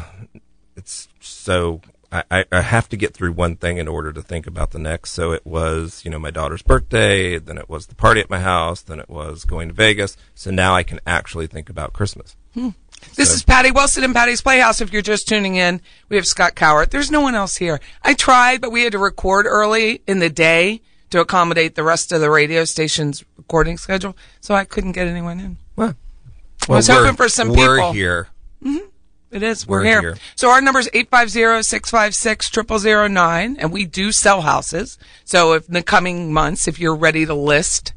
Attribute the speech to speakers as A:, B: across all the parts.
A: it's so I, I, I have to get through one thing in order to think about the next. So it was, you know, my daughter's birthday, then it was the party at my house, then it was going to Vegas. So now I can actually think about Christmas.
B: This is Patty Wilson and Patty's Playhouse. If you're just tuning in, we have Scott Cowart. There's no one else here. I tried, but we had to record early in the day to accommodate the rest of the radio station's recording schedule, so I couldn't get anyone in.
A: Well,
B: I was
A: we're-
B: hoping for some
A: we're
B: people.
A: here.
B: It is. We're
A: We're
B: here.
A: here.
B: So our number is 850-656-0009, and we do sell houses. So if in the coming months, if you're ready to list,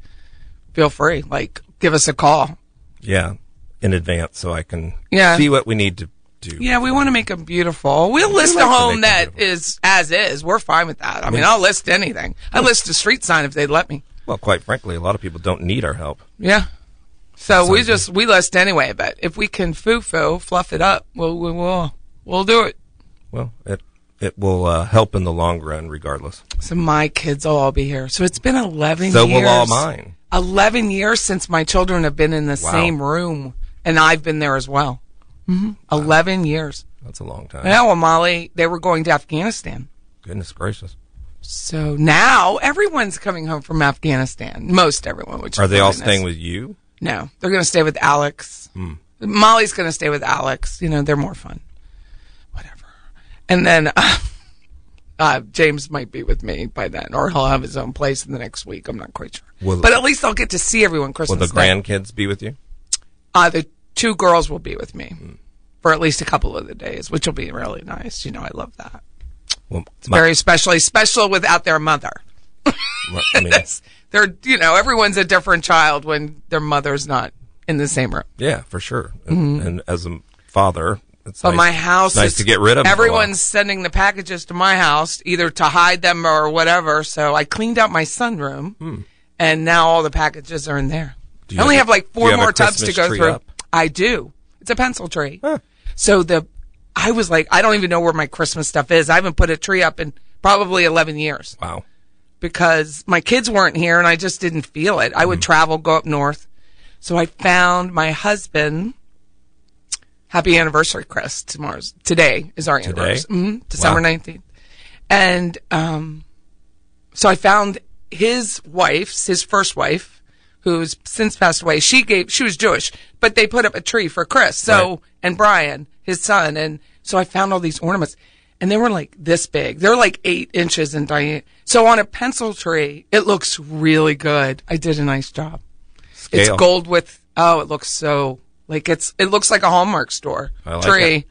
B: feel free. Like, give us a call.
A: Yeah, in advance, so I can
B: Yeah.
A: see what we need to do.
B: Yeah, we want to make them beautiful. We'll list a
A: like to
B: home
A: make 'em
B: that
A: beautiful.
B: is as is. We're fine with that. I mean, I'll list anything. I list a street sign if they'd let me.
A: Well, quite frankly, a lot of people don't need our help.
B: Yeah. So we just we list anyway. But if we can foo foo fluff it up, we'll we will we'll do it.
A: Well, it it will uh, help in the long run, regardless.
B: So my kids will all be here. So it's been eleven.
A: So
B: years.
A: will all mine.
B: 11 years since my children have been in the
A: Wow. Mm-hmm.
B: same room and I've been there as well. hmm 11 years.
A: That's a long time.
B: Now, well, Molly, they were going to Afghanistan.
A: Goodness gracious,
B: So now everyone's coming home from Afghanistan. Most everyone, which
A: are
B: is
A: they all
B: really
A: staying
B: nice.
A: with Hmm. you?
B: No, they're going to stay with Alex. Molly's going to stay with Alex. You know, they're more fun. Whatever. And then uh, uh, James might be with me by then, or he'll have his own place in the next week. I'm not quite sure.
A: Will-
B: but at least I'll get to see everyone Christmas
A: Will the
B: Day.
A: grandkids be with you?
B: uh, the two girls will be with me for at least a couple of the days, which will be really nice. You know, I love that.
A: Well,
B: It's very especially special without their mother.
A: I mean,
B: They're, you know, everyone's a different child when their mother's not in the same room.
A: yeah, for sure. And, and as a father, It's
B: Mm-hmm. But
A: nice-
B: my house
A: it's nice
B: is
A: to get rid of 'em for a while.
B: Everyone's sending the packages to my house, either to hide them or whatever. So I cleaned out my sunroom, and now all the packages are in there.
A: Hmm. Do
B: I
A: you
B: only
A: have
B: have
A: a-
B: like
A: do
B: four
A: you have a
B: more tubs to
A: Christmas
B: go
A: tree
B: through.
A: up?
B: I do. It's a pencil tree. So the, I was like, I don't even know where my Christmas stuff is. I haven't put a tree up in probably eleven years
A: Wow.
B: because my kids weren't here and I just didn't feel it. I would travel, go up north. So I found my husband. Happy anniversary, Chris. Tomorrow's today is our anniversary, hmm December
A: Wow.
B: nineteenth, and um, so I found his wife's, his first wife, who's since passed away. She gave, she was Jewish, but they put up a tree for Chris. So
A: Right.
B: and Brian, his son, and so I found all these ornaments, and they were like this big. They're like eight inches in diameter. So on a pencil tree, it looks really good. I did a nice job. It's
A: Scale.
B: gold with oh, it looks so like it's it looks like a Hallmark store
A: I like
B: tree.
A: it.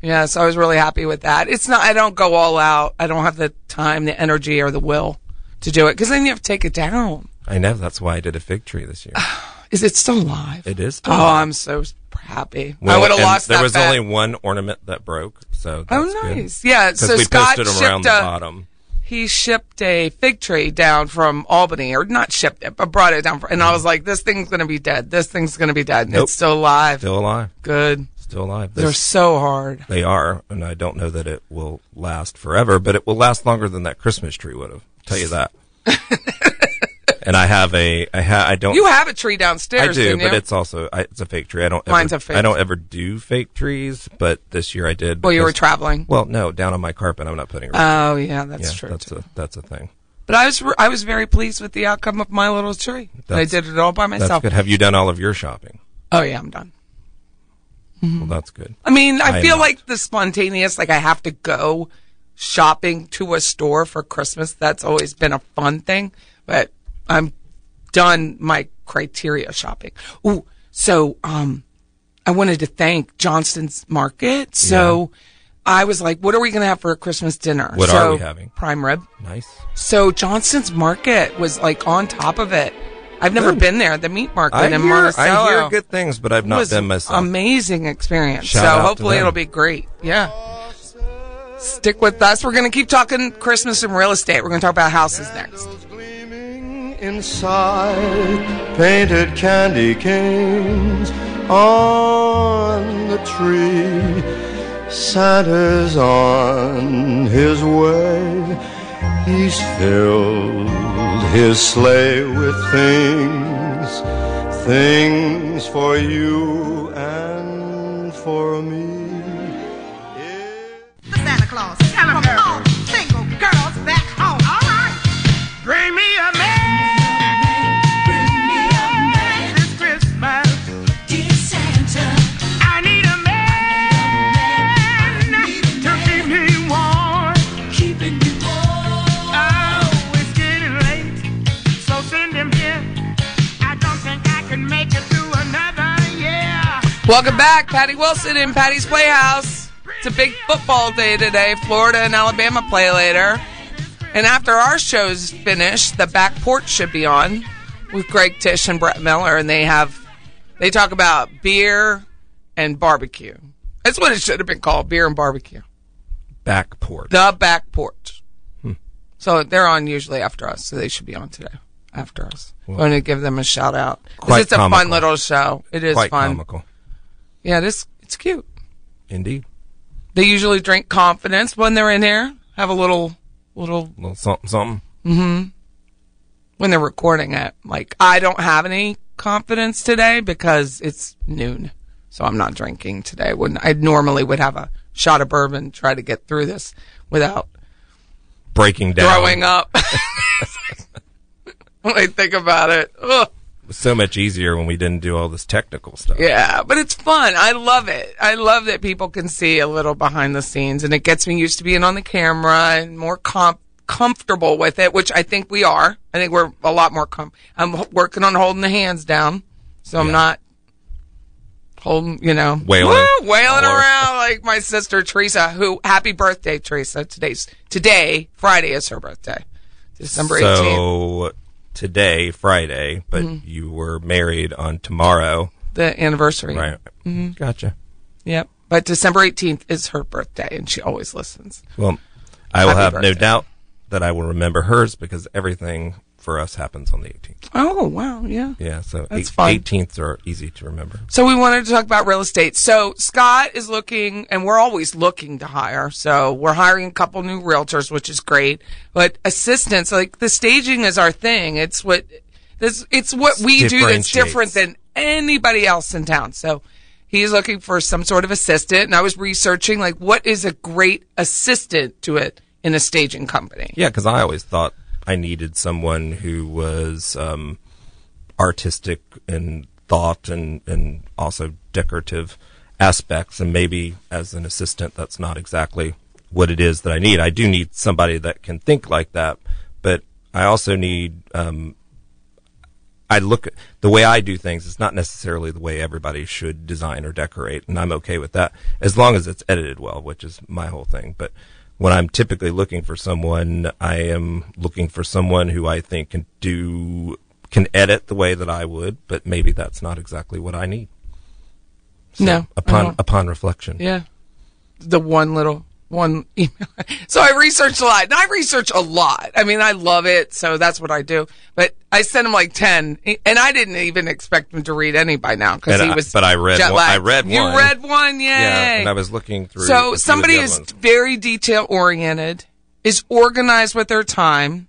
B: Yeah, so I was really happy with that. It's not I don't go all out. I don't have the time, the energy, or the will to do it because then you have to take it down.
A: I know. That's why I did a fig tree this year.
B: Is it still live?
A: It is.
B: Oh, I'm so happy. I
A: Well,
B: would have
A: and
B: lost
A: There
B: that
A: was
B: bet.
A: only one ornament that broke. So
B: Oh,
A: that's good.
B: nice. Yeah.
A: 'Cause
B: So
A: we
B: Scott
A: posted 'em
B: shipped
A: around the
B: a-
A: bottom.
B: He shipped a fig tree down from Albany, or not shipped it, but brought it down. fr- and I was like, this thing's going to be dead. This thing's going to be dead. And
A: Mm-hmm. Nope.
B: it's still alive.
A: Still alive.
B: Good.
A: Still alive.
B: They're
A: This-
B: so hard.
A: they are, and I don't know that it will last forever, but it will last longer than that Christmas tree would have. I'll tell you that. and I have a, I ha, I don't.
B: You have a tree
A: I
B: downstairs,
A: do,
B: didn't
A: but
B: you?
A: it's also I, it's a fake tree. I don't. Ever,
B: Mine's a fake.
A: I don't ever do fake trees, but this year I did.
B: well, you were
A: because-
B: traveling.
A: Well, no, down on my carpet. I'm not putting. A
B: Oh, yeah, that's
A: yeah,
B: true.
A: That's
B: too.
A: a that's a thing.
B: but I was re- I was very pleased with the outcome of my little tree. And I
A: That's-
B: did it all by
A: That's
B: myself.
A: good. Have you done all of your shopping?
B: Oh yeah, I'm done.
A: Well, that's good.
B: I mean, I,
A: I am
B: feel
A: not.
B: like the spontaneous, like I have to go shopping to a store for Christmas. That's always been a fun thing, but I'm done my criteria shopping. Ooh, so, um, I wanted to thank Johnston's Market. So I was like, what are we going to have for a Christmas dinner?
A: What
B: so,
A: are we having?
B: Prime rib.
A: Nice.
B: So Johnston's Market was like on top of it. I've never been there, the meat market
A: I
B: in
A: hear,
B: Monticello
A: I hear good things, but I've not
B: was
A: done myself.
B: amazing experience.
A: Shout
B: so
A: out to
B: hopefully
A: them.
B: it'll be great. Yeah. Stick with us. We're going to keep talking Christmas and real estate. We're going to talk about houses next.
C: Gleaming inside painted candy canes on the tree. Santa's on his way. He's filled his sleigh with things, things for you and for me.
D: Santa Claus. Tell him, girl. All single girls back home. All right. Bring me a man. Bring me a man. This Christmas. Dear Santa. I need a man. To keep me warm. Keeping me warm. Oh, it's getting late. So send him here. I don't think I can make it through another year.
B: Welcome back, Patty Wilson in Patty's Playhouse. It's a big football day today. Florida and Alabama play later. And after our show's finished, the back porch should be on with Greg Tish and Brett Miller, and they have they talk about beer and barbecue. That's what it should have been called, beer and barbecue.
A: Back porch.
B: the back porch.
A: Hmm.
B: So they're on usually after us, so they should be on today after us. I'm going to give them a shout out 'Cause
A: Quite
B: it's a fun
A: comical.
B: little show. It is
A: Quite
B: fun.
A: comical.
B: Yeah, it is. It's cute.
A: Indeed.
B: They usually drink confidence when they're in here. Have a little, little
A: A little something, something.
B: when they're recording it. Like I don't have any confidence today because it's noon, so I'm not drinking today. When I normally would have a shot of bourbon, try to get through this without
A: Breaking down.
B: throwing up. when I think about it, ugh.
A: It was so much easier when we didn't do all this technical stuff.
B: Yeah, but it's fun. I love it. I love that people can see a little behind the scenes and it gets me used to being on the camera and more com- comfortable with it, which I think we are. I think we're a lot more com- I'm h- working on holding the hands down. So I'm not holding, you know,
A: Wailing.
B: woo, wailing
A: All over.
B: around like my sister Teresa, who happy birthday, Teresa. Today's today, Friday is her birthday. December 18th.
A: So today, Friday, but
B: Mm-hmm.
A: you were married on tomorrow,
B: The anniversary.
A: right? Gotcha.
B: Yep. But December 18th is her birthday, and she always listens.
A: Well, I will
B: Happy
A: have no
B: birthday.
A: doubt that I will remember hers because everything for us happens on the 18th.
B: Oh, wow. Yeah.
A: Yeah, so
B: That's
A: eight-
B: fun.
A: 18th are easy to remember.
B: So we wanted to talk about real estate. So Scott is looking, and we're always looking to hire. So we're hiring a couple new realtors, which is great. But assistants, like the staging is our thing. It's what this, it's what we do that's
A: Differentiates.
B: different than anybody else in town. So he's looking for some sort of assistant. And I was researching like what is a great assistant to it in a staging company.
A: Yeah, because I always thought I needed someone who was um, artistic in thought and, and also decorative aspects. And maybe as an assistant, that's not exactly what it is that I need. I do need somebody that can think like that, but I also need. Um, I look at the way I do things. It's not necessarily the way everybody should design or decorate, and I'm okay with that as long as it's edited well, which is my whole thing. But when I'm typically looking for someone, I am looking for someone who I think can do can edit the way that I would, but maybe that's not exactly what I need. So,
B: No, I
A: upon
B: don't.
A: upon reflection,
B: Yeah. The one little one email. so I researched a lot. And I research a lot. I mean, I love it, so that's what I do. But I sent him like 10, and I didn't even expect him to read any by now cuz
A: And
B: he
A: I-
B: was
A: but I read
B: jet
A: one- I
B: lagged.
A: read
B: You
A: one.
B: read one. Yay.
A: yeah. And I was looking through. a few
B: So
A: of the
B: somebody
A: other
B: is
A: ones.
B: very detail oriented, is organized with their time,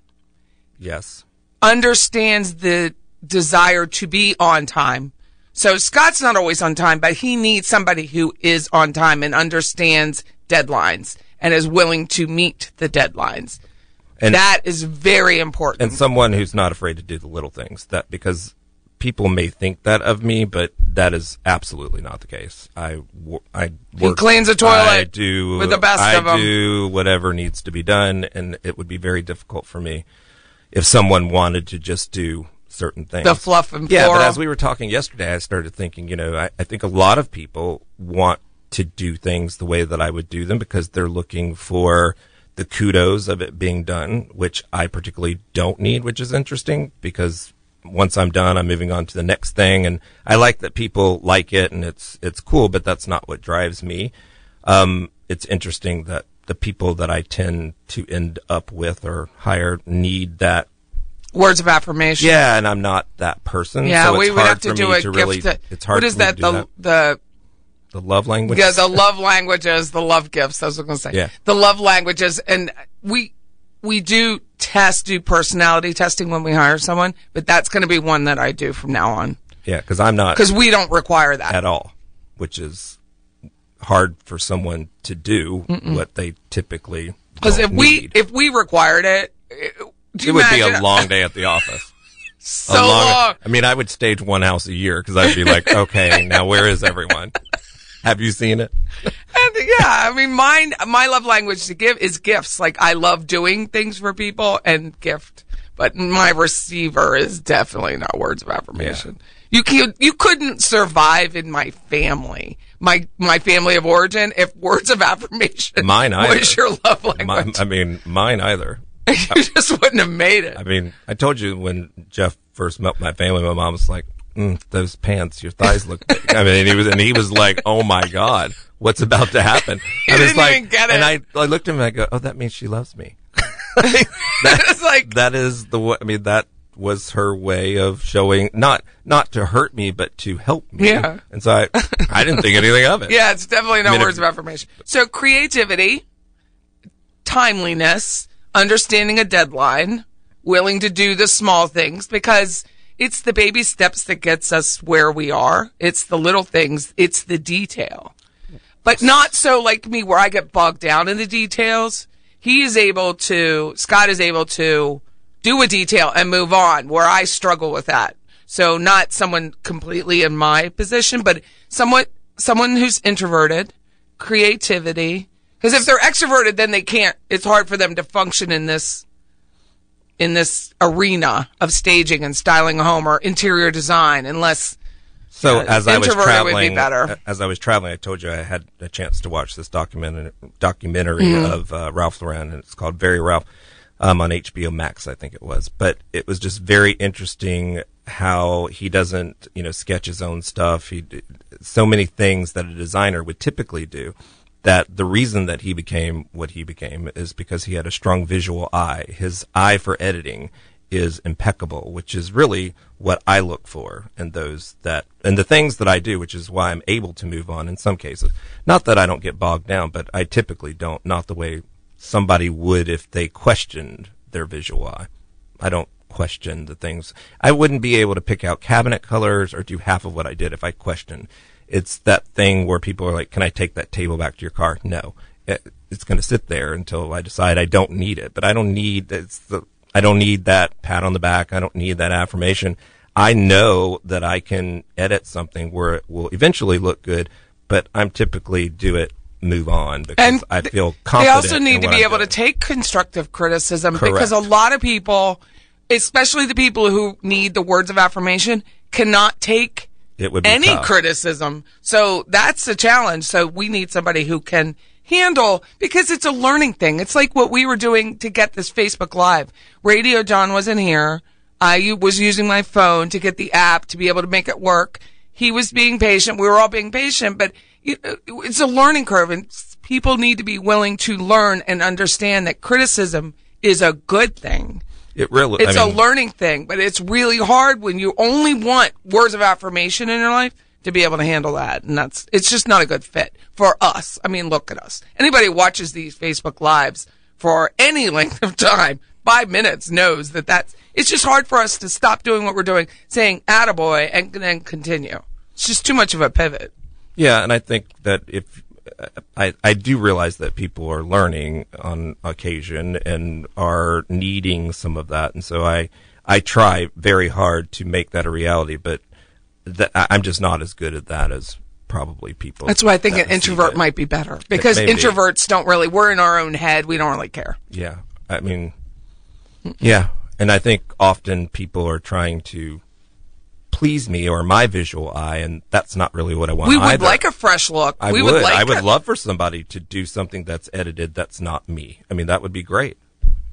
A: yes,
B: understands the desire to be on time. So Scott's not always on time, but he needs somebody who is on time and understands deadlines and is willing to meet the deadlines.
A: and
B: that is very important.
A: and someone who's not afraid to do the little things that because people may think that of me but that is absolutely not the case i wo- i work
B: cleans the
A: I
B: toilet
A: do
B: with the best
A: I
B: of 'em.
A: do whatever needs to be done and it would be very difficult for me if someone wanted to just do certain things
B: The fluff and
A: yeah but
B: floral.
A: as we were talking yesterday i started thinking you know I, I think a lot of people want to do things the way that i would do them because they're looking for the kudos of it being done which i particularly don't need which is interesting because once i'm done i'm moving on to the next thing and i like that people like it and it's it's cool but that's not what drives me um, it's interesting that the people that i tend to end up with or hire need that
B: Words of affirmation.
A: yeah, and I'm not that person.
B: Yeah,
A: so it's
B: we would
A: hard
B: have to
A: for
B: do
A: me
B: a
A: to
B: gift.
A: really,
B: that-
A: It's hard.
B: What is
A: for me to
B: that?
A: do
B: The
A: that?
B: the
A: The love language.
B: yeah, the love languages, the love gifts. That's what I was gonna say.
A: Yeah.
B: The love languages, and we we do test do personality testing when we hire someone, but that's going to be one that I do from now on
A: yeah, because I'm not
B: because we don't require that.
A: at all, which is hard for someone to do what they typically.
B: Because if
A: don't
B: we
A: need.
B: if we required it, it, do
A: it
B: you
A: would be a
B: imagine-
A: long day at the office.
B: so long.
A: I mean, I would stage one house a year because I'd be like, okay, now where is everyone? Have you seen it?
B: And, yeah, I mean, mine my love language to give is gifts. Like I love doing things for people and gift, but my receiver is definitely not words of affirmation. You can you couldn't survive in my family, my my family of origin, if words of affirmation
A: Mine either.
B: was your love
A: My,
B: language.
A: I mean, mine either.
B: you just wouldn't have made it.
A: I mean, I told you when Jeff first met my family, my mom was like, mm, "Those pants, your thighs look." big." I mean, and he was, and he was like, "Oh my god, what's about to happen?" I was
B: didn't
A: like,
B: even get it.
A: and I, I looked at him, and I go, "Oh, that means she loves me."
B: it's like
A: That is the way. I mean, that was her way of showing not not to hurt me, but to help me.
B: Yeah.
A: And so I, I didn't think anything of it.
B: Yeah, it's definitely no
A: mean, if-
B: words of affirmation. So creativity, timeliness, understanding a deadline, willing to do the small things because it's the baby steps that gets us where we are. It's the little things. It's the detail, but not so like me where I get bogged down in the details. He is able to, Scott is able to do a detail and move on where I struggle with that. So not someone completely in my position, but somewhat someone who's introverted, creativity. Cause if they're extroverted, then they can't, it's hard for them to function in this, in this arena of staging and styling a home or interior design unless
A: So
B: Yeah,
A: as I was
B: introverted would be
A: traveling, uh,
B: better.
A: as I was traveling, I told you I had a chance to watch this documentary documentary
B: Mm-hmm.
A: of uh, Ralph Lauren, and it's called Very Ralph um, on HBO Max, I think it was. But it was just very interesting how he doesn't, you know, sketch his own stuff. He d- so many things that a designer would typically do. That the reason that he became what he became is because he had a strong visual eye. His eye for editing is impeccable, which is really what I look for in those that and the things that I do, which is why I'm able to move on in some cases. Not that I don't get bogged down, but I typically don't. Not the way somebody would if they questioned their visual eye. I don't question the things. I wouldn't be able to pick out cabinet colors or do half of what I did if I questioned. It's that thing where people are like, "Can I take that table back to your car?" No, It- it's going to sit there until I decide I don't need it. But I don't need it's the I don't need that pat on the back. I don't need that affirmation. I know that I can edit something where it will eventually look good, but I'm typically do it move on because
B: And
A: I
B: th-
A: feel confident.
B: They also
A: in
B: need to
A: what
B: be
A: I'm
B: able to
A: doing.
B: take constructive criticism
A: Correct.
B: because a lot of people, especially the people who need the words of affirmation, cannot take
A: It would be
B: any
A: tough.
B: criticism. So that's the challenge. So we need somebody who can handle because it's a learning thing. It's like what we were doing to get this Facebook Live. Radio John wasn't here. I u- was using my phone to get the app to be able to make it work. He was being patient. We were all being patient, but you- uh, it's a learning curve and s- people need to be willing to learn and understand that criticism is a good thing.
A: It really,
B: It's
A: I mean,
B: a learning thing, but it's really hard when you only want words of affirmation in your life to be able to handle that. And that's, it's just not a good fit for us. I mean, look at us. Anybody who watches these Facebook lives for any length of time, five minutes knows that that's, it's just hard for us to stop doing what we're doing, saying attaboy and then continue. It's just too much of a pivot.
A: Yeah, and I think that if I I do realize that people are learning on occasion and are needing some of that, and so I I try very hard to make that a reality, but that I- I'm just not as good at that as probably people.
B: That's why I think
A: that
B: an
A: receive
B: introvert
A: it.
B: might be better because
A: may be.
B: introverts don't really, we're in our own head. We don't really care.
A: Yeah, I mean, yeah, and I think often people are trying to please me or my visual eye, and that's not really what I want.
B: We would
A: either.
B: like a fresh look.
A: I
B: we
A: would.
B: like
A: I
B: a-
A: would love for somebody to do something that's edited that's not me. I mean, that would be great.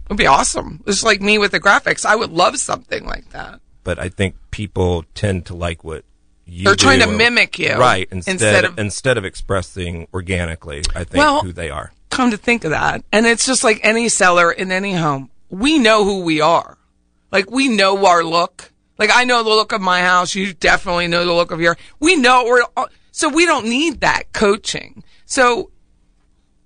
B: It'd be awesome. It's like me with the graphics. I would love something like that.
A: But I think people tend to like what you.
B: They're trying
A: do
B: to
A: or-
B: mimic you
A: right? Instead,
B: instead
A: instead
B: of-
A: of expressing organically, I think
B: Well-
A: who they are.
B: Come to think of that. And it's just like any seller in any home. We know who we are. Like we know our look. Like I know the look of my house. You definitely know the look of your, we know we're, so we don't need that coaching. So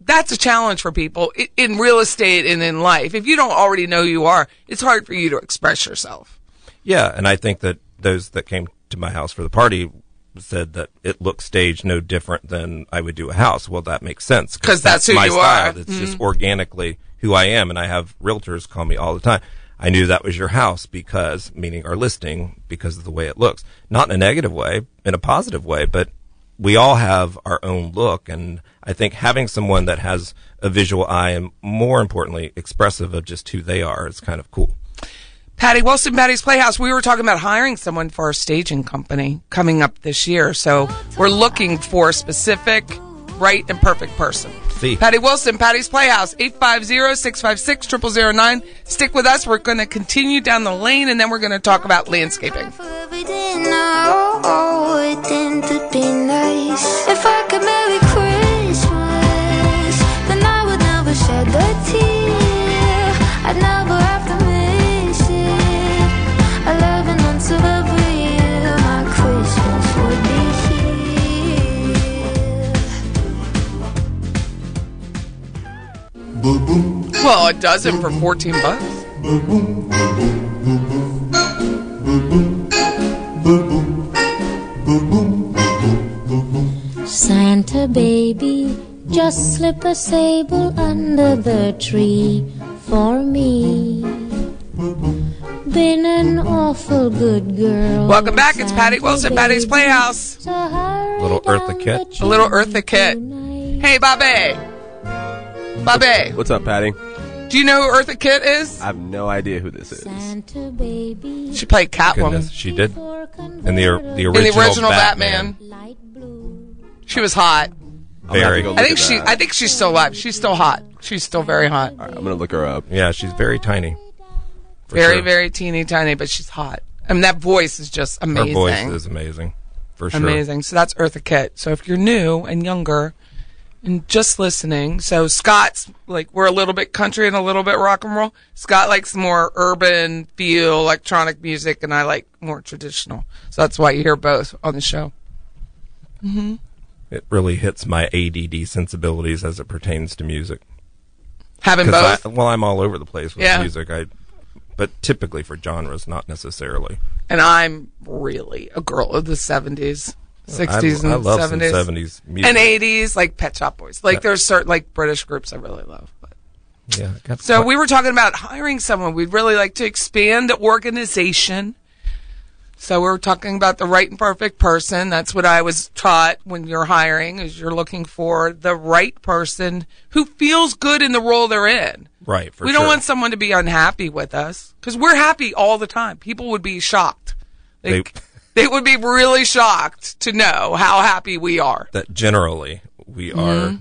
B: that's a challenge for people i- in real estate and in life. If you don't already know who you are, it's hard for you to express yourself.
A: Yeah, and I think that those that came to my house for the party said that it looks staged no different than I would do a house. Well, that makes sense
B: 'Cause that's who
A: my
B: you
A: style.
B: are. Mm-hmm.
A: It's just organically who I am, and I have realtors call me all the time. I knew that was your house because, meaning our listing, because of the way it looks. Not in a negative way, in a positive way, but we all have our own look. And I think having someone that has a visual eye and more importantly, expressive of just who they are is kind of cool.
B: Patty Wilson, Patty's Playhouse. We were talking about hiring someone for our staging company coming up this year. So we're looking for a specific, right, and perfect person.
A: See.
B: Patty Wilson, Patty's Playhouse, 850 656 0009. Stick with us. We're going to continue down the lane and then we're going to talk about landscaping.
E: For every dinner, oh, oh, it didn't be nice. If I could marry Christmas, then I would never shed a tear. I'd never have to miss it. I love and once of every year, my Christmas would be here.
B: Well, a dozen for 14 bucks.
E: Santa baby, just slip a sable under the tree for me. Been an awful good girl.
B: Welcome back. It's Patty Wilson, Patty's
E: Play.
B: Playhouse.
A: Little Eartha Kitt.
B: A little Eartha Kitt. Hey, Bobby. Bobby,
F: What's up, Patty?
B: do you know who Eartha Kitt is?
F: I have no idea who this is.
E: Santa baby.
B: She played
A: Goodness,
B: Catwoman
A: she did.
E: And
A: And the, the original,
B: in the original Batman.
E: Light blue.
B: She was hot.
F: I'm gonna have to go
A: Very.
F: look
B: I think
F: at
B: she.
F: that.
B: I think she's still alive. She's still hot. She's still very hot.
F: All right, I'm gonna look her up.
A: Yeah, she's very tiny. For
B: very,
A: sure.
B: very teeny tiny, but she's hot. I mean, that voice is just
A: Her
B: amazing.
A: voice is amazing, for sure.
B: Amazing. So that's Eartha Kitt. So if you're new and younger and just listening, so Scott's like we're a little bit country and a little bit rock and roll. Scott likes more urban feel electronic music, and I like more traditional. So that's why you hear both on the show.
A: It really hits my ADD sensibilities as it pertains to music.
B: Having
A: 'Cause
B: both,
A: I, well, I'm all over the place with
B: Yeah.
A: music. I, but typically for genres, not necessarily.
B: and I'm really a girl of the '70s,
A: I,
B: '60s, and
A: I love some
B: '70s,
A: 70s music.
B: and '80s, like Pet Shop Boys. Like there's certain like British groups I really love. But.
A: Yeah, I got
B: So
A: quite-
B: we were talking about hiring someone. We'd really like to expand the organization. So we were talking about the right and perfect person. That's what I was taught when you're hiring is you're looking for the right person who feels good in the role they're in.
A: right. For
B: we
A: sure.
B: don't want someone to be unhappy with us because we're happy all the time. People would be shocked.
A: They-
B: Like, they would be really shocked to know how happy we are.
A: that generally we are
B: Mm-hmm.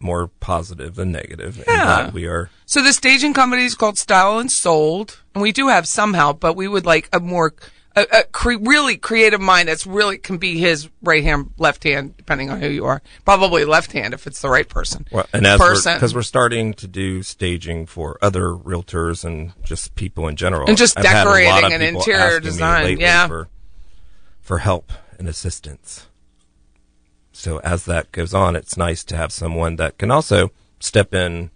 A: more positive than negative, and that we are
B: So the staging company is called Style and Sold, and we do have some help, but we would like a more a, a cre- really creative mind that's really can be his right hand, left hand, depending on who you are. Probably left hand if it's the right person.
A: Well, and as
B: Person.
A: because we're, starting to do staging for other realtors and just people in general,
B: And just
A: I've had a lot of
B: decorating and
A: people
B: interior
A: asking me
B: design,
A: lately
B: yeah.
A: for, for help and assistance. So as that goes on, it's nice to have someone that can also step in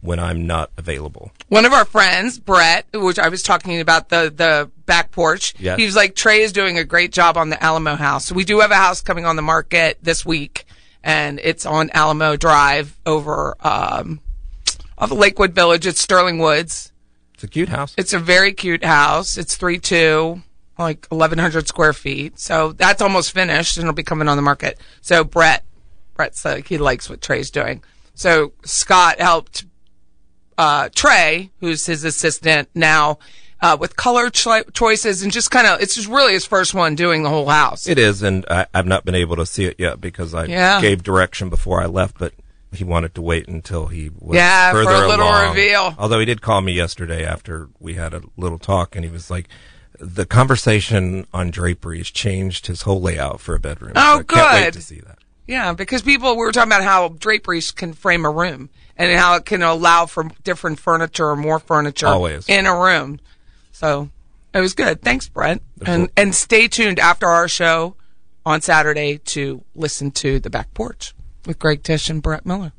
A: when I'm not available.
B: One of our friends, Brett, which I was talking about the the back porch.
A: Yes.
B: He was like, Trey is doing a great job on the Alamo house. So we do have a house coming on the market this week, and it's on Alamo Drive over um, off of Lakewood Village. It's Sterling Woods.
A: It's a cute house.
B: It's a very cute house. It's three two, like eleven hundred square feet. So that's almost finished, and it'll be coming on the market. So Brett, Brett's like he likes what Trey's doing. So Scott helped uh, Trey, who's his assistant now, uh, with color choi choices and just kind of it's just really his first one doing the whole house.
A: It is, and I, I've not been able to see it yet because I
B: Yeah.
A: gave direction before I left, but he wanted to wait until he was
B: Yeah, for
A: further
B: a little
A: along.
B: reveal.
A: Although he did call me yesterday after we had a little talk, and he was like, "The conversation on draperies changed his whole layout for a bedroom."
B: Oh,
A: So I Can't wait
B: good.
A: to see that.
B: Yeah, because people we were talking about how draperies can frame a room and how it can allow for different furniture or more furniture
A: Always.
B: in a room. So it was good. Thanks, Brent. And and stay tuned after our show on Saturday to listen to the back porch with Greg Tish and Brett Miller.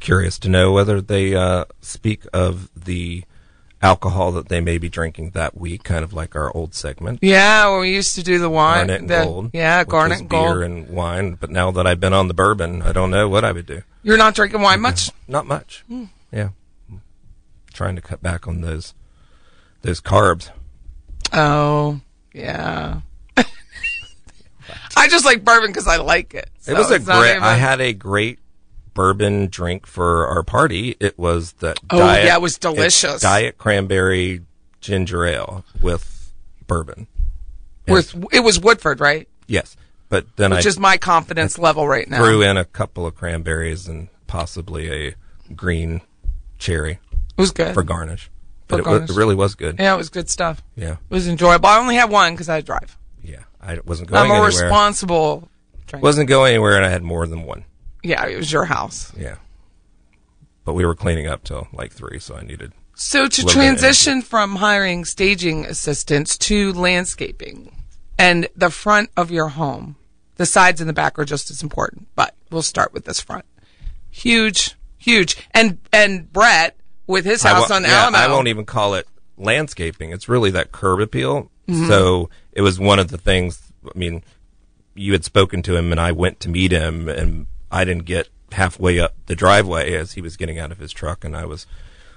A: Curious to know whether they uh, speak of the alcohol that they may be drinking that week, kind of like our old segment.
B: Yeah, well, we used to do the wine.
A: Garnet and
B: the-
A: gold.
B: Yeah,
A: which
B: garnet
A: was
B: and gold.
A: beer and wine. But now that I've been on the bourbon, I don't know what I would do.
B: You're not drinking wine much?
A: Not much.
B: Hmm.
A: Yeah. Trying to cut back on those those carbs.
B: Oh, yeah. I just like bourbon because I like it.
A: it
B: So
A: was a
B: it's not
A: great.
B: even-
A: I had a great bourbon drink for our party. It was that.
B: Oh,
A: diet,
B: yeah, it was
A: it's
B: delicious.
A: diet cranberry ginger ale with bourbon.
B: With, it was Woodford, right?
A: Yes, but then I
B: Which is my confidence level right now.
A: threw in a couple of cranberries and possibly a green cherry
B: It was good.
A: for garnish. But it,
B: garnish.
A: Was, it really was good.
B: yeah, it was good stuff.
A: Yeah.
B: It was enjoyable. I only had one because I drive.
A: Yeah. I wasn't going
B: I'm a
A: anywhere.
B: responsible drinker.
A: wasn't going anywhere, and I had more than one.
B: yeah, it was your house.
A: Yeah. But we were cleaning up till like three, so I needed.
B: So to
A: Little bit of
B: transition from hiring staging assistants to landscaping and the front of your home, the sides and the back are just as important, but we'll start with this front. Huge, huge. And, and Brett with his
A: I
B: house
A: wa-
B: on
A: yeah,
B: Alamo.
A: I won't even call it landscaping. It's really that curb appeal.
B: Mm-hmm.
A: So it was one of the things. I mean, you had spoken to him, and I went to meet him, and I didn't get halfway up the driveway as he was getting out of his truck, and I was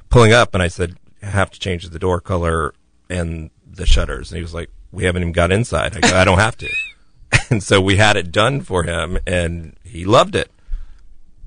A: pulling up, and I said, "I have to change the door color and the shutters," and he was like, "We haven't even got inside. I, go, I don't have to." And so we had it done for him, and he loved it,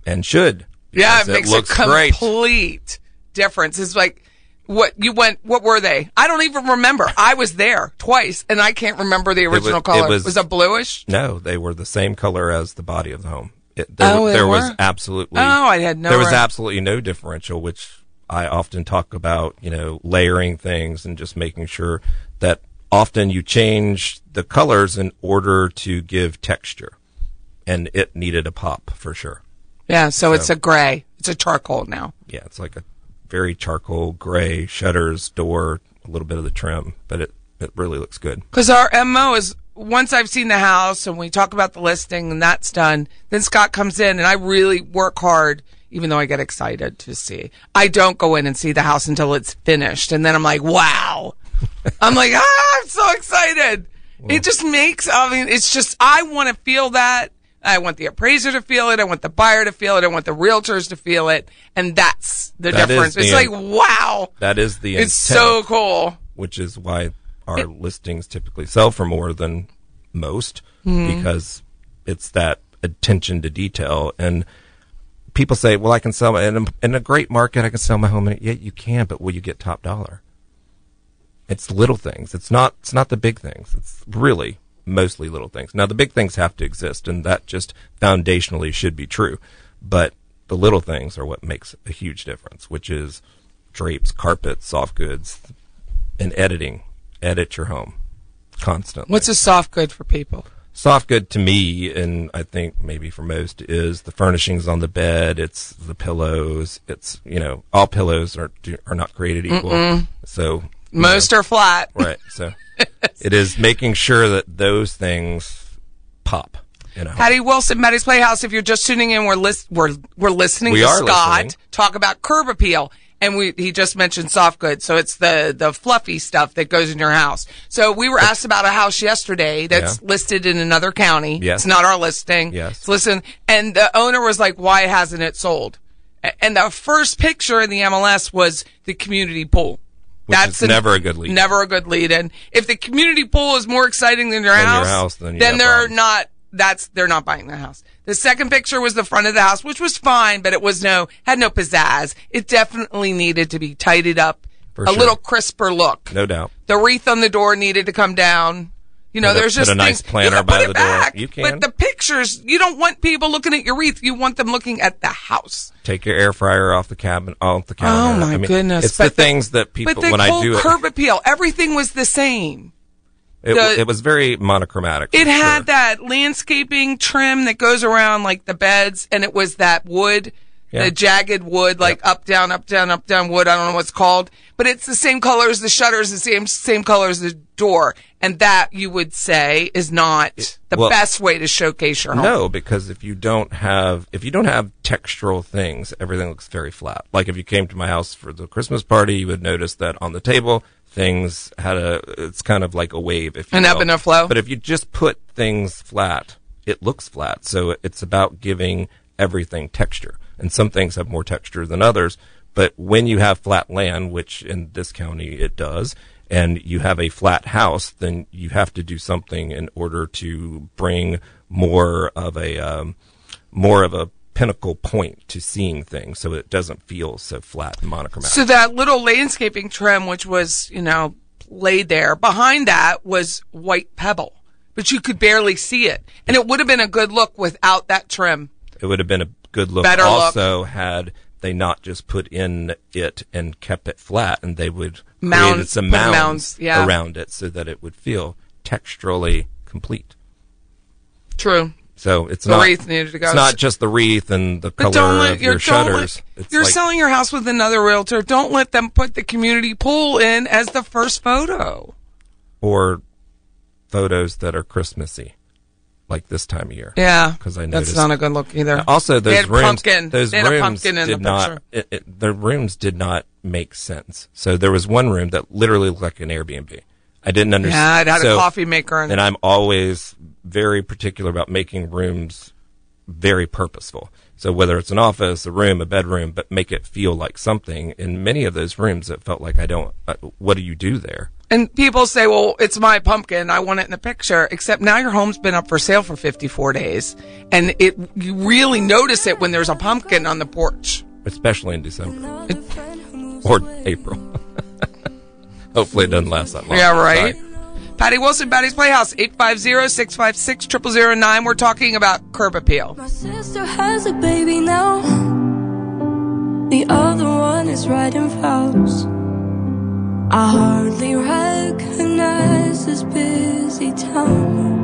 A: and should.
B: Yeah, it
A: because
B: makes
A: looks
B: a
A: great.
B: complete difference. It's like what you went. What were they? I don't even remember. I was there twice, and I can't remember the
A: was-
B: original
A: it
B: color.
A: was-
B: was a bluish.
A: No, they were the same color as the body of the home. It, there
B: Oh, they
A: there
B: were?
A: was absolutely
B: Oh, I had no
A: There was
B: re-
A: absolutely no differential, which I often talk about. You know, layering things and just making sure that often you change the colors in order to give texture, and it needed a pop for sure.
B: Yeah, so it's a gray. It's a charcoal now.
A: Yeah, it's like a very charcoal gray shutters, door, a little bit of the trim, but it it really looks good.
B: Because our MO is once I've seen the house and we talk about the listing and that's done, then Scott comes in and I really work hard, even though I get excited to see. I don't go in and see the house until it's finished. And then I'm like, wow. I'm like, ah, I'm so excited. it just makes, I mean, it's just, I want to feel that. I want the appraiser to feel it. I want the buyer to feel it. I want the realtors to feel it. And that's the
A: That is
B: difference.
A: the
B: it's like,
A: end.
B: wow.
A: That is the
B: It's
A: intent.
B: so cool.
A: which is why our listings typically sell for more than most because it's that attention to detail. And people say, "Well, I can sell my, in a, in a great market. I can sell my home." And yeah, you can, but will you get top dollar? It's little things. It's not. It's not the big things. It's really mostly little things. Now, the big things have to exist, and that just foundationally should be true. But the little things are what makes a huge difference, which is drapes, carpets, soft goods, and editing. Edit your home constantly.
B: What's a soft good for people?
A: soft good to me, and I think maybe for most, is the furnishings on the bed. It's the pillows. It's you know all pillows are do- are not created equal. So you know,
B: Most are flat.
A: right. So it is making sure that those things pop. You know,
B: Patty Wilson, Patty's Playhouse. If you're just tuning in, we're list we're we're listening
A: We
B: to
A: are
B: Scott
A: listening.
B: talk about curb appeal, and we he just mentioned soft goods, so it's the the fluffy stuff that goes in your house. So we were asked about a house yesterday that's
A: Yeah.
B: listed in another county.
A: Yes.
B: it's not our listing.
A: Yes.
B: it's listen, and the owner was like, "Why hasn't it sold?" A- And the first picture in the MLS was the community pool.
A: Which is never a good lead.
B: Never a good lead. And if the community pool is more exciting than your
A: Than your
B: house,
A: house, then you got
B: they're
A: problems.
B: not that's they're not buying the house. The second picture was the front of the house, which was fine, but it was no had no pizzazz. It definitely needed to be tidied up,
A: For
B: a
A: sure.
B: little crisper look.
A: no doubt.
B: The wreath on the door needed to come down. You know,
A: Put a-
B: there's
A: put
B: just
A: a nice
B: things-
A: planter
B: you can
A: by
B: put it
A: the door.
B: back,
A: You
B: But
A: can.
B: the pictures, you don't want people looking at your wreath. You want them looking at the house.
A: Take your air fryer off the cabin, off the counter.
B: Oh, my
A: I mean,
B: goodness,
A: It's
B: but
A: the
B: the-
A: things that people
B: but the
A: when
B: whole
A: I do it,
B: curb appeal, everything was the same.
A: it,
B: the-
A: it was very monochromatic.
B: It
A: for
B: had
A: sure.
B: that landscaping trim that goes around like the beds, and it was that wood,
A: Yeah.
B: the jagged wood, like up down, up down, up down wood. I don't know what's called, but it's the same color as the shutters, the same same color as the door, and that you would say is not the
A: well-
B: best way to showcase your home.
A: No, because if you don't have if you don't have textural things, everything looks very flat. Like if you came to my house for the Christmas party, you would notice that on the table things had a it's kind of like a wave if you
B: An
A: will.
B: ebb and a flow?
A: But if you just put things flat, it looks flat. So it's about giving everything texture. And some things have more texture than others, but when you have flat land, which in this county it does, and you have a flat house, then you have to do something in order to bring more of a um, more of a pinnacle point to seeing things, so it doesn't feel so flat and monochromatic.
B: So that little landscaping trim, which was, you know, laid there behind that was white pebble, but you could barely see it. And it would have been a good look without that trim.
A: it would have been a good look.
B: Better look.
A: also, had they not just put in it and kept it flat, and they would
B: Mound-
A: created some
B: put
A: mounds,
B: mounds, yeah.
A: around it so that it would feel texturally complete.
B: True.
A: So it's
B: The
A: not
B: wreath needed to go.
A: It's not just the wreath and the color
B: let-
A: of your
B: don't let-
A: shutters. It's
B: you're
A: like-
B: selling your house with another realtor. Don't let them put the community pool in as the first photo.
A: or photos that are Christmassy, like this time of year.
B: Yeah,
A: because I
B: that's
A: noticed
B: not a good look either.
A: Uh, Also,
B: They
A: those
B: had
A: rooms,
B: pumpkin.
A: those
B: They had a
A: rooms
B: pumpkin in
A: did
B: the picture.
A: not. It, it, the rooms did not make sense. So there was one room that literally looked like an Airbnb. I didn't understand.
B: Yeah, it had a coffee maker in it.
A: and I'm always very particular about making rooms very purposeful. So whether it's an office, a room, a bedroom, but make it feel like something. In many of those rooms, it felt like I don't. Uh, what do you do there?
B: And people say, well, it's my pumpkin. I want it in the picture. Except now your home's been up for sale for 54 days. And it, you really notice it when there's a pumpkin on the porch.
A: especially in December or April. Hopefully, it doesn't last that long.
B: Yeah, right.
A: Sorry.
B: Patty Wilson, Patty's Playhouse, 850-656-0009. We're talking about curb appeal.
E: My sister has a baby now. The other one is riding vows. I hardly recognize
G: this busy town.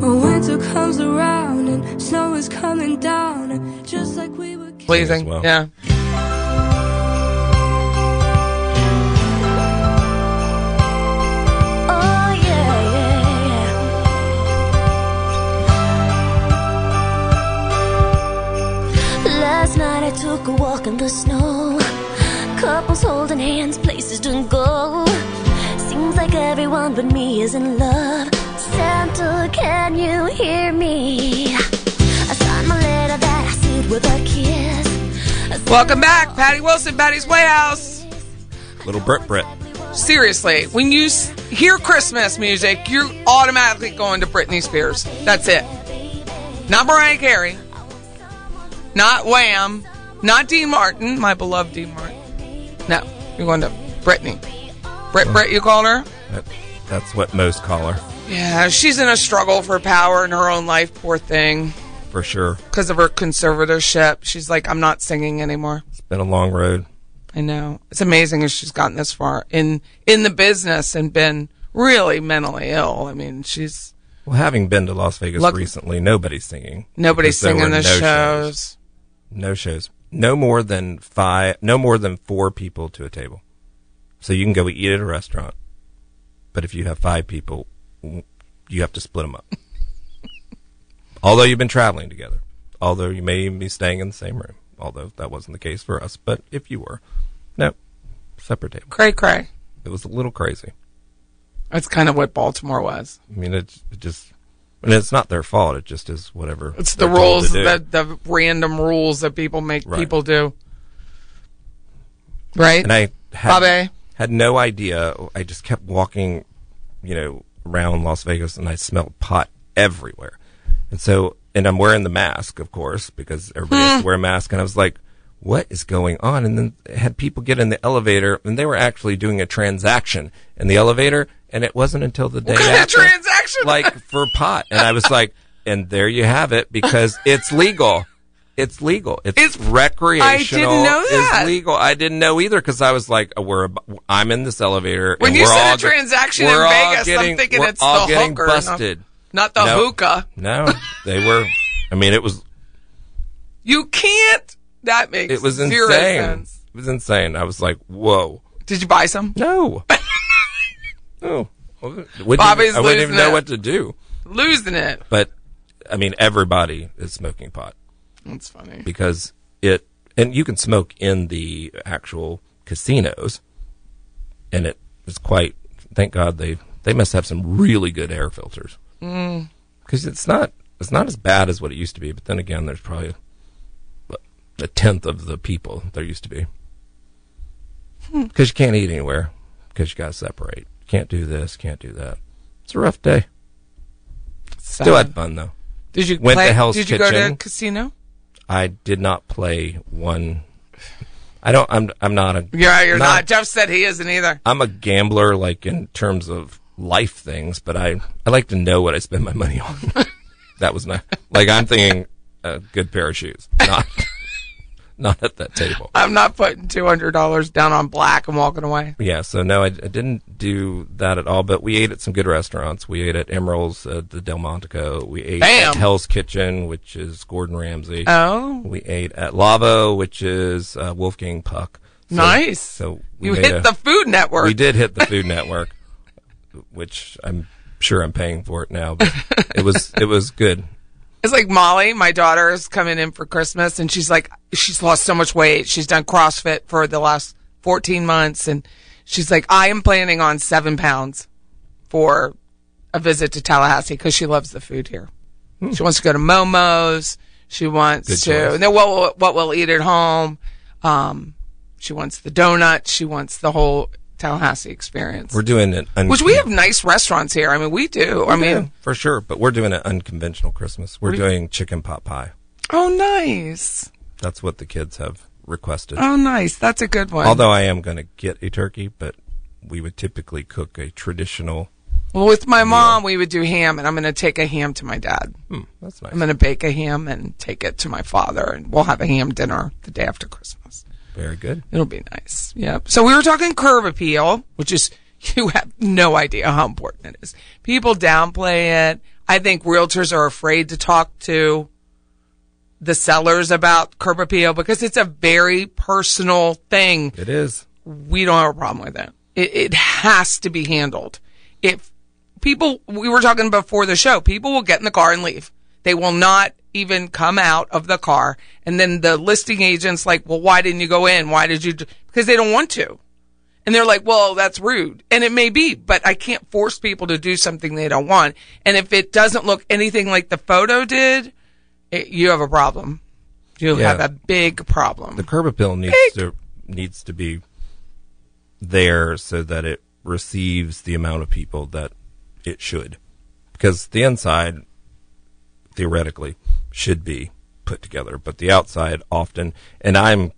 G: But winter comes around and snow is coming down, and just like we were.
B: Pleasing. Yeah.
G: Oh, yeah, yeah, yeah.
H: Last night I took a walk in the snow. Couples holding hands, places doing go. Seems like everyone but me is in love. Santa, can you hear me? I signed my letter that I sealed with a kiss.
B: Welcome back, Patty Wilson, Patty's Playhouse.
A: Little Brit Brit.
B: Seriously, when you s- hear Christmas music, you're automatically going to Britney Spears. That's it. Not Mariah Carey, not Wham, not Dean Martin, my beloved Dean Martin. No, you're going to Britney. Brit Brit, you called her?
A: That, that's what most call her,
B: Yeah, she's in a struggle for power in her own life, poor thing.
A: for sure.
B: Because of her conservatorship, she's like, I'm not singing anymore.
A: It's been a long road.
B: I know. It's amazing if she's gotten this far in in the business and been really mentally ill. I mean, she's
A: Well, having been to Las Vegas
B: Luck-
A: recently, nobody's singing.
B: nobody's
A: Because there
B: singing
A: were
B: the
A: no
B: shows.
A: No shows. No more than five. No more than four people to a table. So you can go eat at a restaurant, but if you have five people, you have to split them up. although you've been traveling together, although you may even be staying in the same room, although that wasn't the case for us. But if you were, no, separate table.
B: Cray cray.
A: It was a little crazy.
B: That's kind of what Baltimore was.
A: I mean, it, it just, and it's not their fault. It just is whatever.
B: It's the
A: they're told
B: rules,
A: to do.
B: the the random rules that people make
A: Right.
B: people do. Right?
A: And I had,
B: Bobby?
A: had no idea. I just kept walking, you know, around Las Vegas and I smelled pot everywhere. And so, and I'm wearing the mask, of course, because everybody
B: Hmm.
A: has to wear a mask. And I was like, what is going on? And then I had people get in the elevator and they were actually doing a transaction in the elevator. And it wasn't until the day
B: kind of
A: after,
B: transaction?
A: like for pot. And I was like, and there you have it because it's legal. It's legal. It's,
B: It's-
A: recreational.
B: I didn't know
A: is
B: that.
A: legal. I didn't know either because I was like, oh, "We're ab- I'm in this elevator."
B: When
A: and
B: you
A: we're
B: said a
A: all get-
B: transaction
A: we're
B: in
A: all
B: Vegas,
A: getting-
B: I'm thinking
A: we're
B: it's
A: all
B: the
A: getting
B: hooker, not-
A: busted.
B: Not the
A: No.
B: hookah.
A: No, they were. I mean, it was
B: You can't. That makes
A: it was
B: zero
A: insane.
B: sense.
A: It was insane. I was like, "Whoa,
B: Did you buy some?
A: no, no." I wouldn't
B: Bobby's
A: even, I wouldn't even
B: losing
A: know
B: it.
A: what to do.
B: Losing it.
A: But I mean, everybody is smoking pot.
B: That's funny.
A: because it and you can smoke in the actual casinos and it is quite thank god they they must have some really good air filters because it's not it's not as bad as what it used to be but then again there's probably a tenth of the people there used to be because you can't eat anywhere because you got to separate can't do this can't do that it's a rough day still had fun though
B: Did you
A: Went to
B: play?
A: Hell's
B: did you go to
A: Kitchen.
B: a casino?
A: I did not play one. I don't. I'm. I'm not a.
B: Yeah, you're
A: I'm
B: not. Jeff said he isn't either.
A: I'm a gambler, like in terms of life things, but I I like to know what I spend my money on. that was not like I'm thinking a good pair of shoes, not not at that table.
B: I'm not putting two hundred dollars down on black and walking away.
A: Yeah, so no, I, I didn't do that at all. But we ate at some good restaurants. We ate at Emerald's, uh, the Delmontico. We ate
B: Bam.
A: at Hell's Kitchen, which is Gordon Ramsay.
B: Oh,
A: We ate at Lavo, which is uh, Wolfgang Puck. So-
B: nice.
A: So we
B: you
A: made
B: hit
A: a-
B: the Food Network.
A: We did hit the Food Network, which I'm sure I'm paying for it now. But it was it was good.
B: It's like Molly, my daughter, is coming in for Christmas, and she's like, she's lost so much weight. She's done CrossFit for the last 14 months, and she's like, I am planning on seven pounds for a visit to Tallahassee because she loves the food here. She wants to go to Momo's. She wants
A: Hmm. Good
B: to
A: choice.
B: know what what we'll eat at home. Um, she wants the donut. She wants the whole Tallahassee experience,
A: We're doing it, un-
B: which we have nice restaurants here. I mean, we do. I mean,
A: for sure. But we're doing an unconventional Christmas. We're doing chicken pot pie.
B: oh, nice.
A: That's what the kids have requested.
B: Oh, nice. That's a good one.
A: Although I am going to get a turkey, but we would typically cook a traditional.
B: Well, with my mom, we would do ham, and I'm going to take a ham to my dad.
A: Hmm, that's nice.
B: I'm going to bake a ham and take it to my father, and we'll have a ham dinner the day after Christmas.
A: Very good.
B: It'll be nice. Yep. So we were talking curb appeal, which is you have no idea how important it is. People downplay it. I think realtors are afraid to talk to the sellers about curb appeal because it's a very personal thing.
A: It is.
B: We don't have a problem with it. It, it has to be handled. If people, we were talking before the show, people will get in the car and leave. They will not even come out of the car. And then the listing agent's like, well, why didn't you go in? Why did you? do-" Because they don't want to. And they're like, well, that's rude. And it may be, but I can't force people to do something they don't want. And if it doesn't look anything like the photo did, it, you have a problem. You
A: Yeah.
B: have a big problem.
A: The curb appeal needs to needs to be there so that it receives the amount of people that it should, because the inside theoretically should be put together, but the outside often. And I'm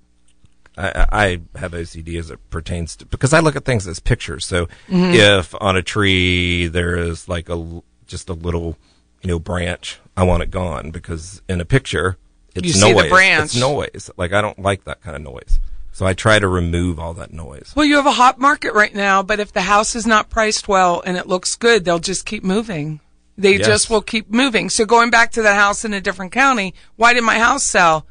A: I, I I have OCD as it pertains to because I look at things as pictures. So
B: Mm-hmm.
I: Mhm.
A: if on a tree there is like a l- just a little you know branch, I want it gone because in a picture it's
B: You see the
A: noise.
B: branch.
A: It's noise. Like I don't like that kind of noise. So I try to remove all that noise.
B: Well, you have a hot market right now, but if the house is not priced well and it looks good, they'll just keep moving. They
A: Yes.
B: just will keep moving. So going back to that house in a different county, why did my house sell?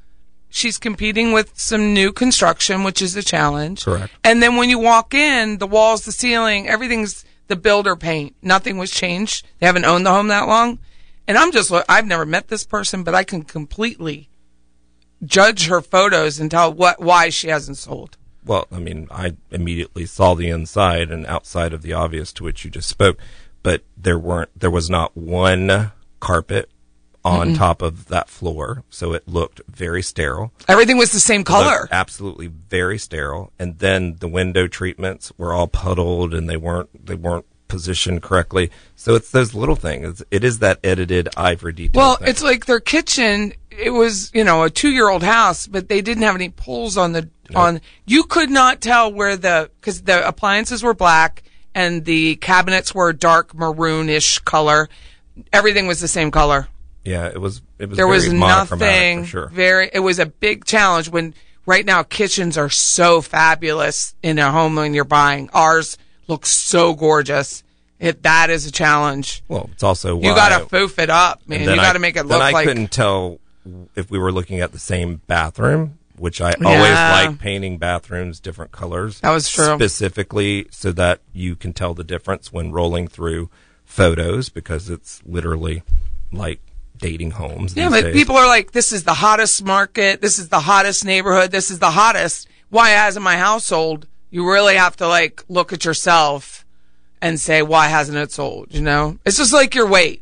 B: She's competing with some new construction, which is a challenge.
A: Correct.
B: And then when you walk in, the walls, the ceiling, everything's the builder paint. Nothing was changed. They haven't owned the home that long. And I'm just, lo- I've never met this person, but I can completely judge her photos and tell what, why she hasn't sold.
A: Well, I mean, I immediately saw the inside and outside of the obvious to which you just spoke, but there weren't there was not one carpet on
B: Mm-mm.
A: top of that floor, so it looked very sterile.
B: Everything was the same color.
A: Looked absolutely very sterile. And then the window treatments were all puddled and they weren't they weren't positioned correctly. So it's those little things. It is that edited ivory detail.
B: Well,
A: thing.
B: it's like their kitchen. It was, you know, a two-year-old house, but they didn't have any pulls on the on. You could not tell where the because the appliances were black and the cabinets were a dark maroonish color. Everything was the same color.
A: yeah, it was it was
B: there
A: very
B: was
A: monochromatic
B: nothing
A: for sure.
B: very. It was a big challenge when right now kitchens are so fabulous in a home when you're buying. Ours looks so gorgeous. It, that is a challenge.
A: Well, it's also
B: you
A: why-
B: got to foof it up, man.
A: And
B: You
A: then I-
B: got to make it
A: then
B: look
A: I
B: like
A: couldn't tell if we were looking at the same bathroom, which I
B: Yeah.
A: always like painting bathrooms different colors.
B: That was true.
A: Specifically so that you can tell the difference when rolling through photos because it's literally like dating homes.
B: Yeah,
A: these
B: but
A: days.
B: people are like, this is the hottest market. This is the hottest neighborhood. This is the hottest. Why hasn't my house sold? You really have to like look at yourself and say, why hasn't it sold? You know, it's just like your weight.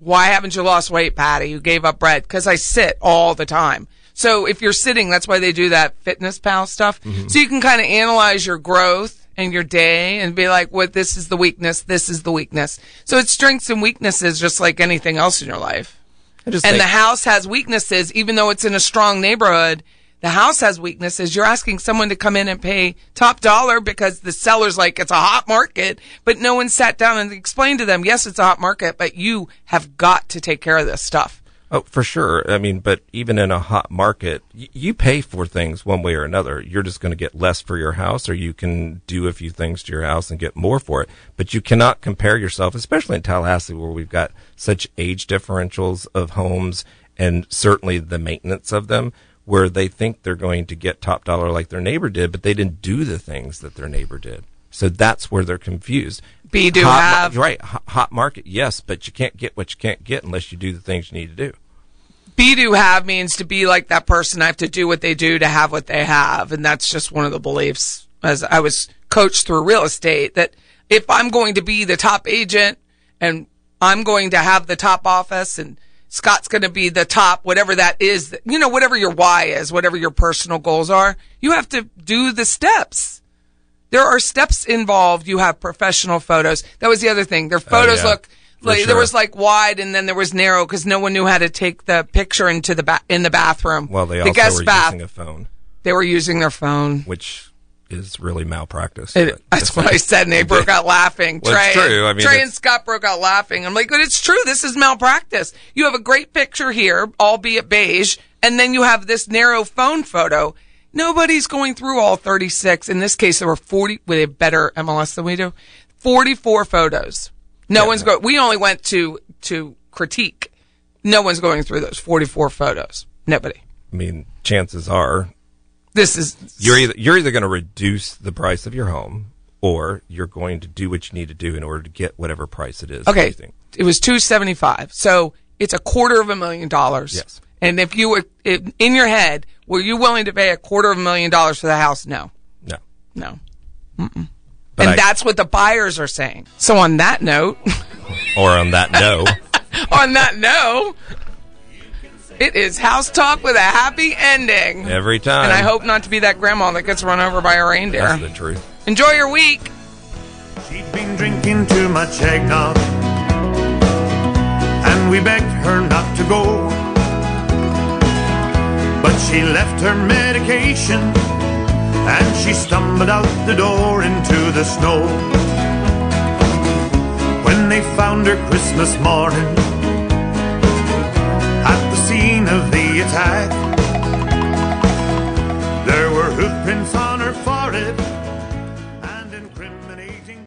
B: Why haven't you lost weight, Patty? You gave up bread because I sit all the time. So if you're sitting, that's why they do that fitness pal stuff.
A: Mm-hmm.
J: Mhm.
B: So you can kind of analyze your growth and your day and be like, what, this is the weakness. This is the weakness. So it's strengths and weaknesses, just like anything else in your life
A: I just
B: and
A: think-
B: the house has weaknesses, even though it's in a strong neighborhood. The house has weaknesses. You're asking someone to come in and pay top dollar because the seller's like, it's a hot market, but no one sat down and explained to them, yes, it's a hot market, but you have got to take care of this stuff.
A: Oh, for sure. I mean, but even in a hot market, y- you pay for things one way or another. You're just going to get less for your house, or you can do a few things to your house and get more for it. But you cannot compare yourself, especially in Tallahassee, where we've got such age differentials of homes and certainly the maintenance of them, where they think they're going to get top dollar like their neighbor did, but they didn't do the things that their neighbor did. So that's where they're confused.
B: Be, do,
A: Hot mar-
B: have.
A: right hot, hot market, yes, but you can't get what you can't get unless you do the things you need to do.
B: Be do have means to be like that person. I have to do what they do to have what they have. And that's just one of the beliefs as I was coached through real estate that if I'm going to be the top agent and I'm going to have the top office and Scott's going to be the top, whatever that is, you know, whatever your why is, whatever your personal goals are, you have to do the steps. There are steps involved. You have professional photos. That was the other thing. Their photos
J: Oh, yeah.
B: look
J: For
B: like
J: sure.
B: there was like wide and then there was narrow because no one knew how to take the picture into the ba- in the bathroom.
A: Well, they
B: the
A: also
B: guest
A: were
B: bath.
A: using a phone,
B: they were using their phone.
A: which is really malpractice.
B: It-
A: but
B: that's what I said, and they broke out laughing.
A: Well,
B: Trey,
A: it's true. I mean,
B: Trey
A: it's-
B: and Scott broke out laughing. I'm like, but it's true. This is malpractice. You have a great picture here, albeit beige, and then you have this narrow phone photo. Nobody's going through all 36. In this case, there were 40, with a better MLS than we do, 44 photos. No one's going, we only went to, to critique. No one's going through those 44 photos. Nobody.
A: I mean, chances are
B: This is,
A: you're either you're either going to reduce the price of your home or you're going to do what you need to do in order to get whatever price it is. that
B: Okay,
A: you think.
B: it was two seventy five. So it's a quarter of a million dollars.
A: Yes.
B: And if you were if, in your head, were you willing to pay a quarter of a million dollars for the house? No,
A: No.
B: no.
A: But
B: and
A: I-
B: that's what the buyers are saying. So on that note,
A: Or on that no.
B: on that note, it is house talk with a happy ending.
A: Every time.
B: And I hope not to be that grandma that gets run over by a reindeer.
A: That's the truth.
B: Enjoy your week.
D: been drinking too much eggnog, and we begged her not to go. But she left her medication, and she stumbled out the door into the snow. When they found her Christmas morning at the scene of the attack, there were hoof prints on her forehead and incriminating.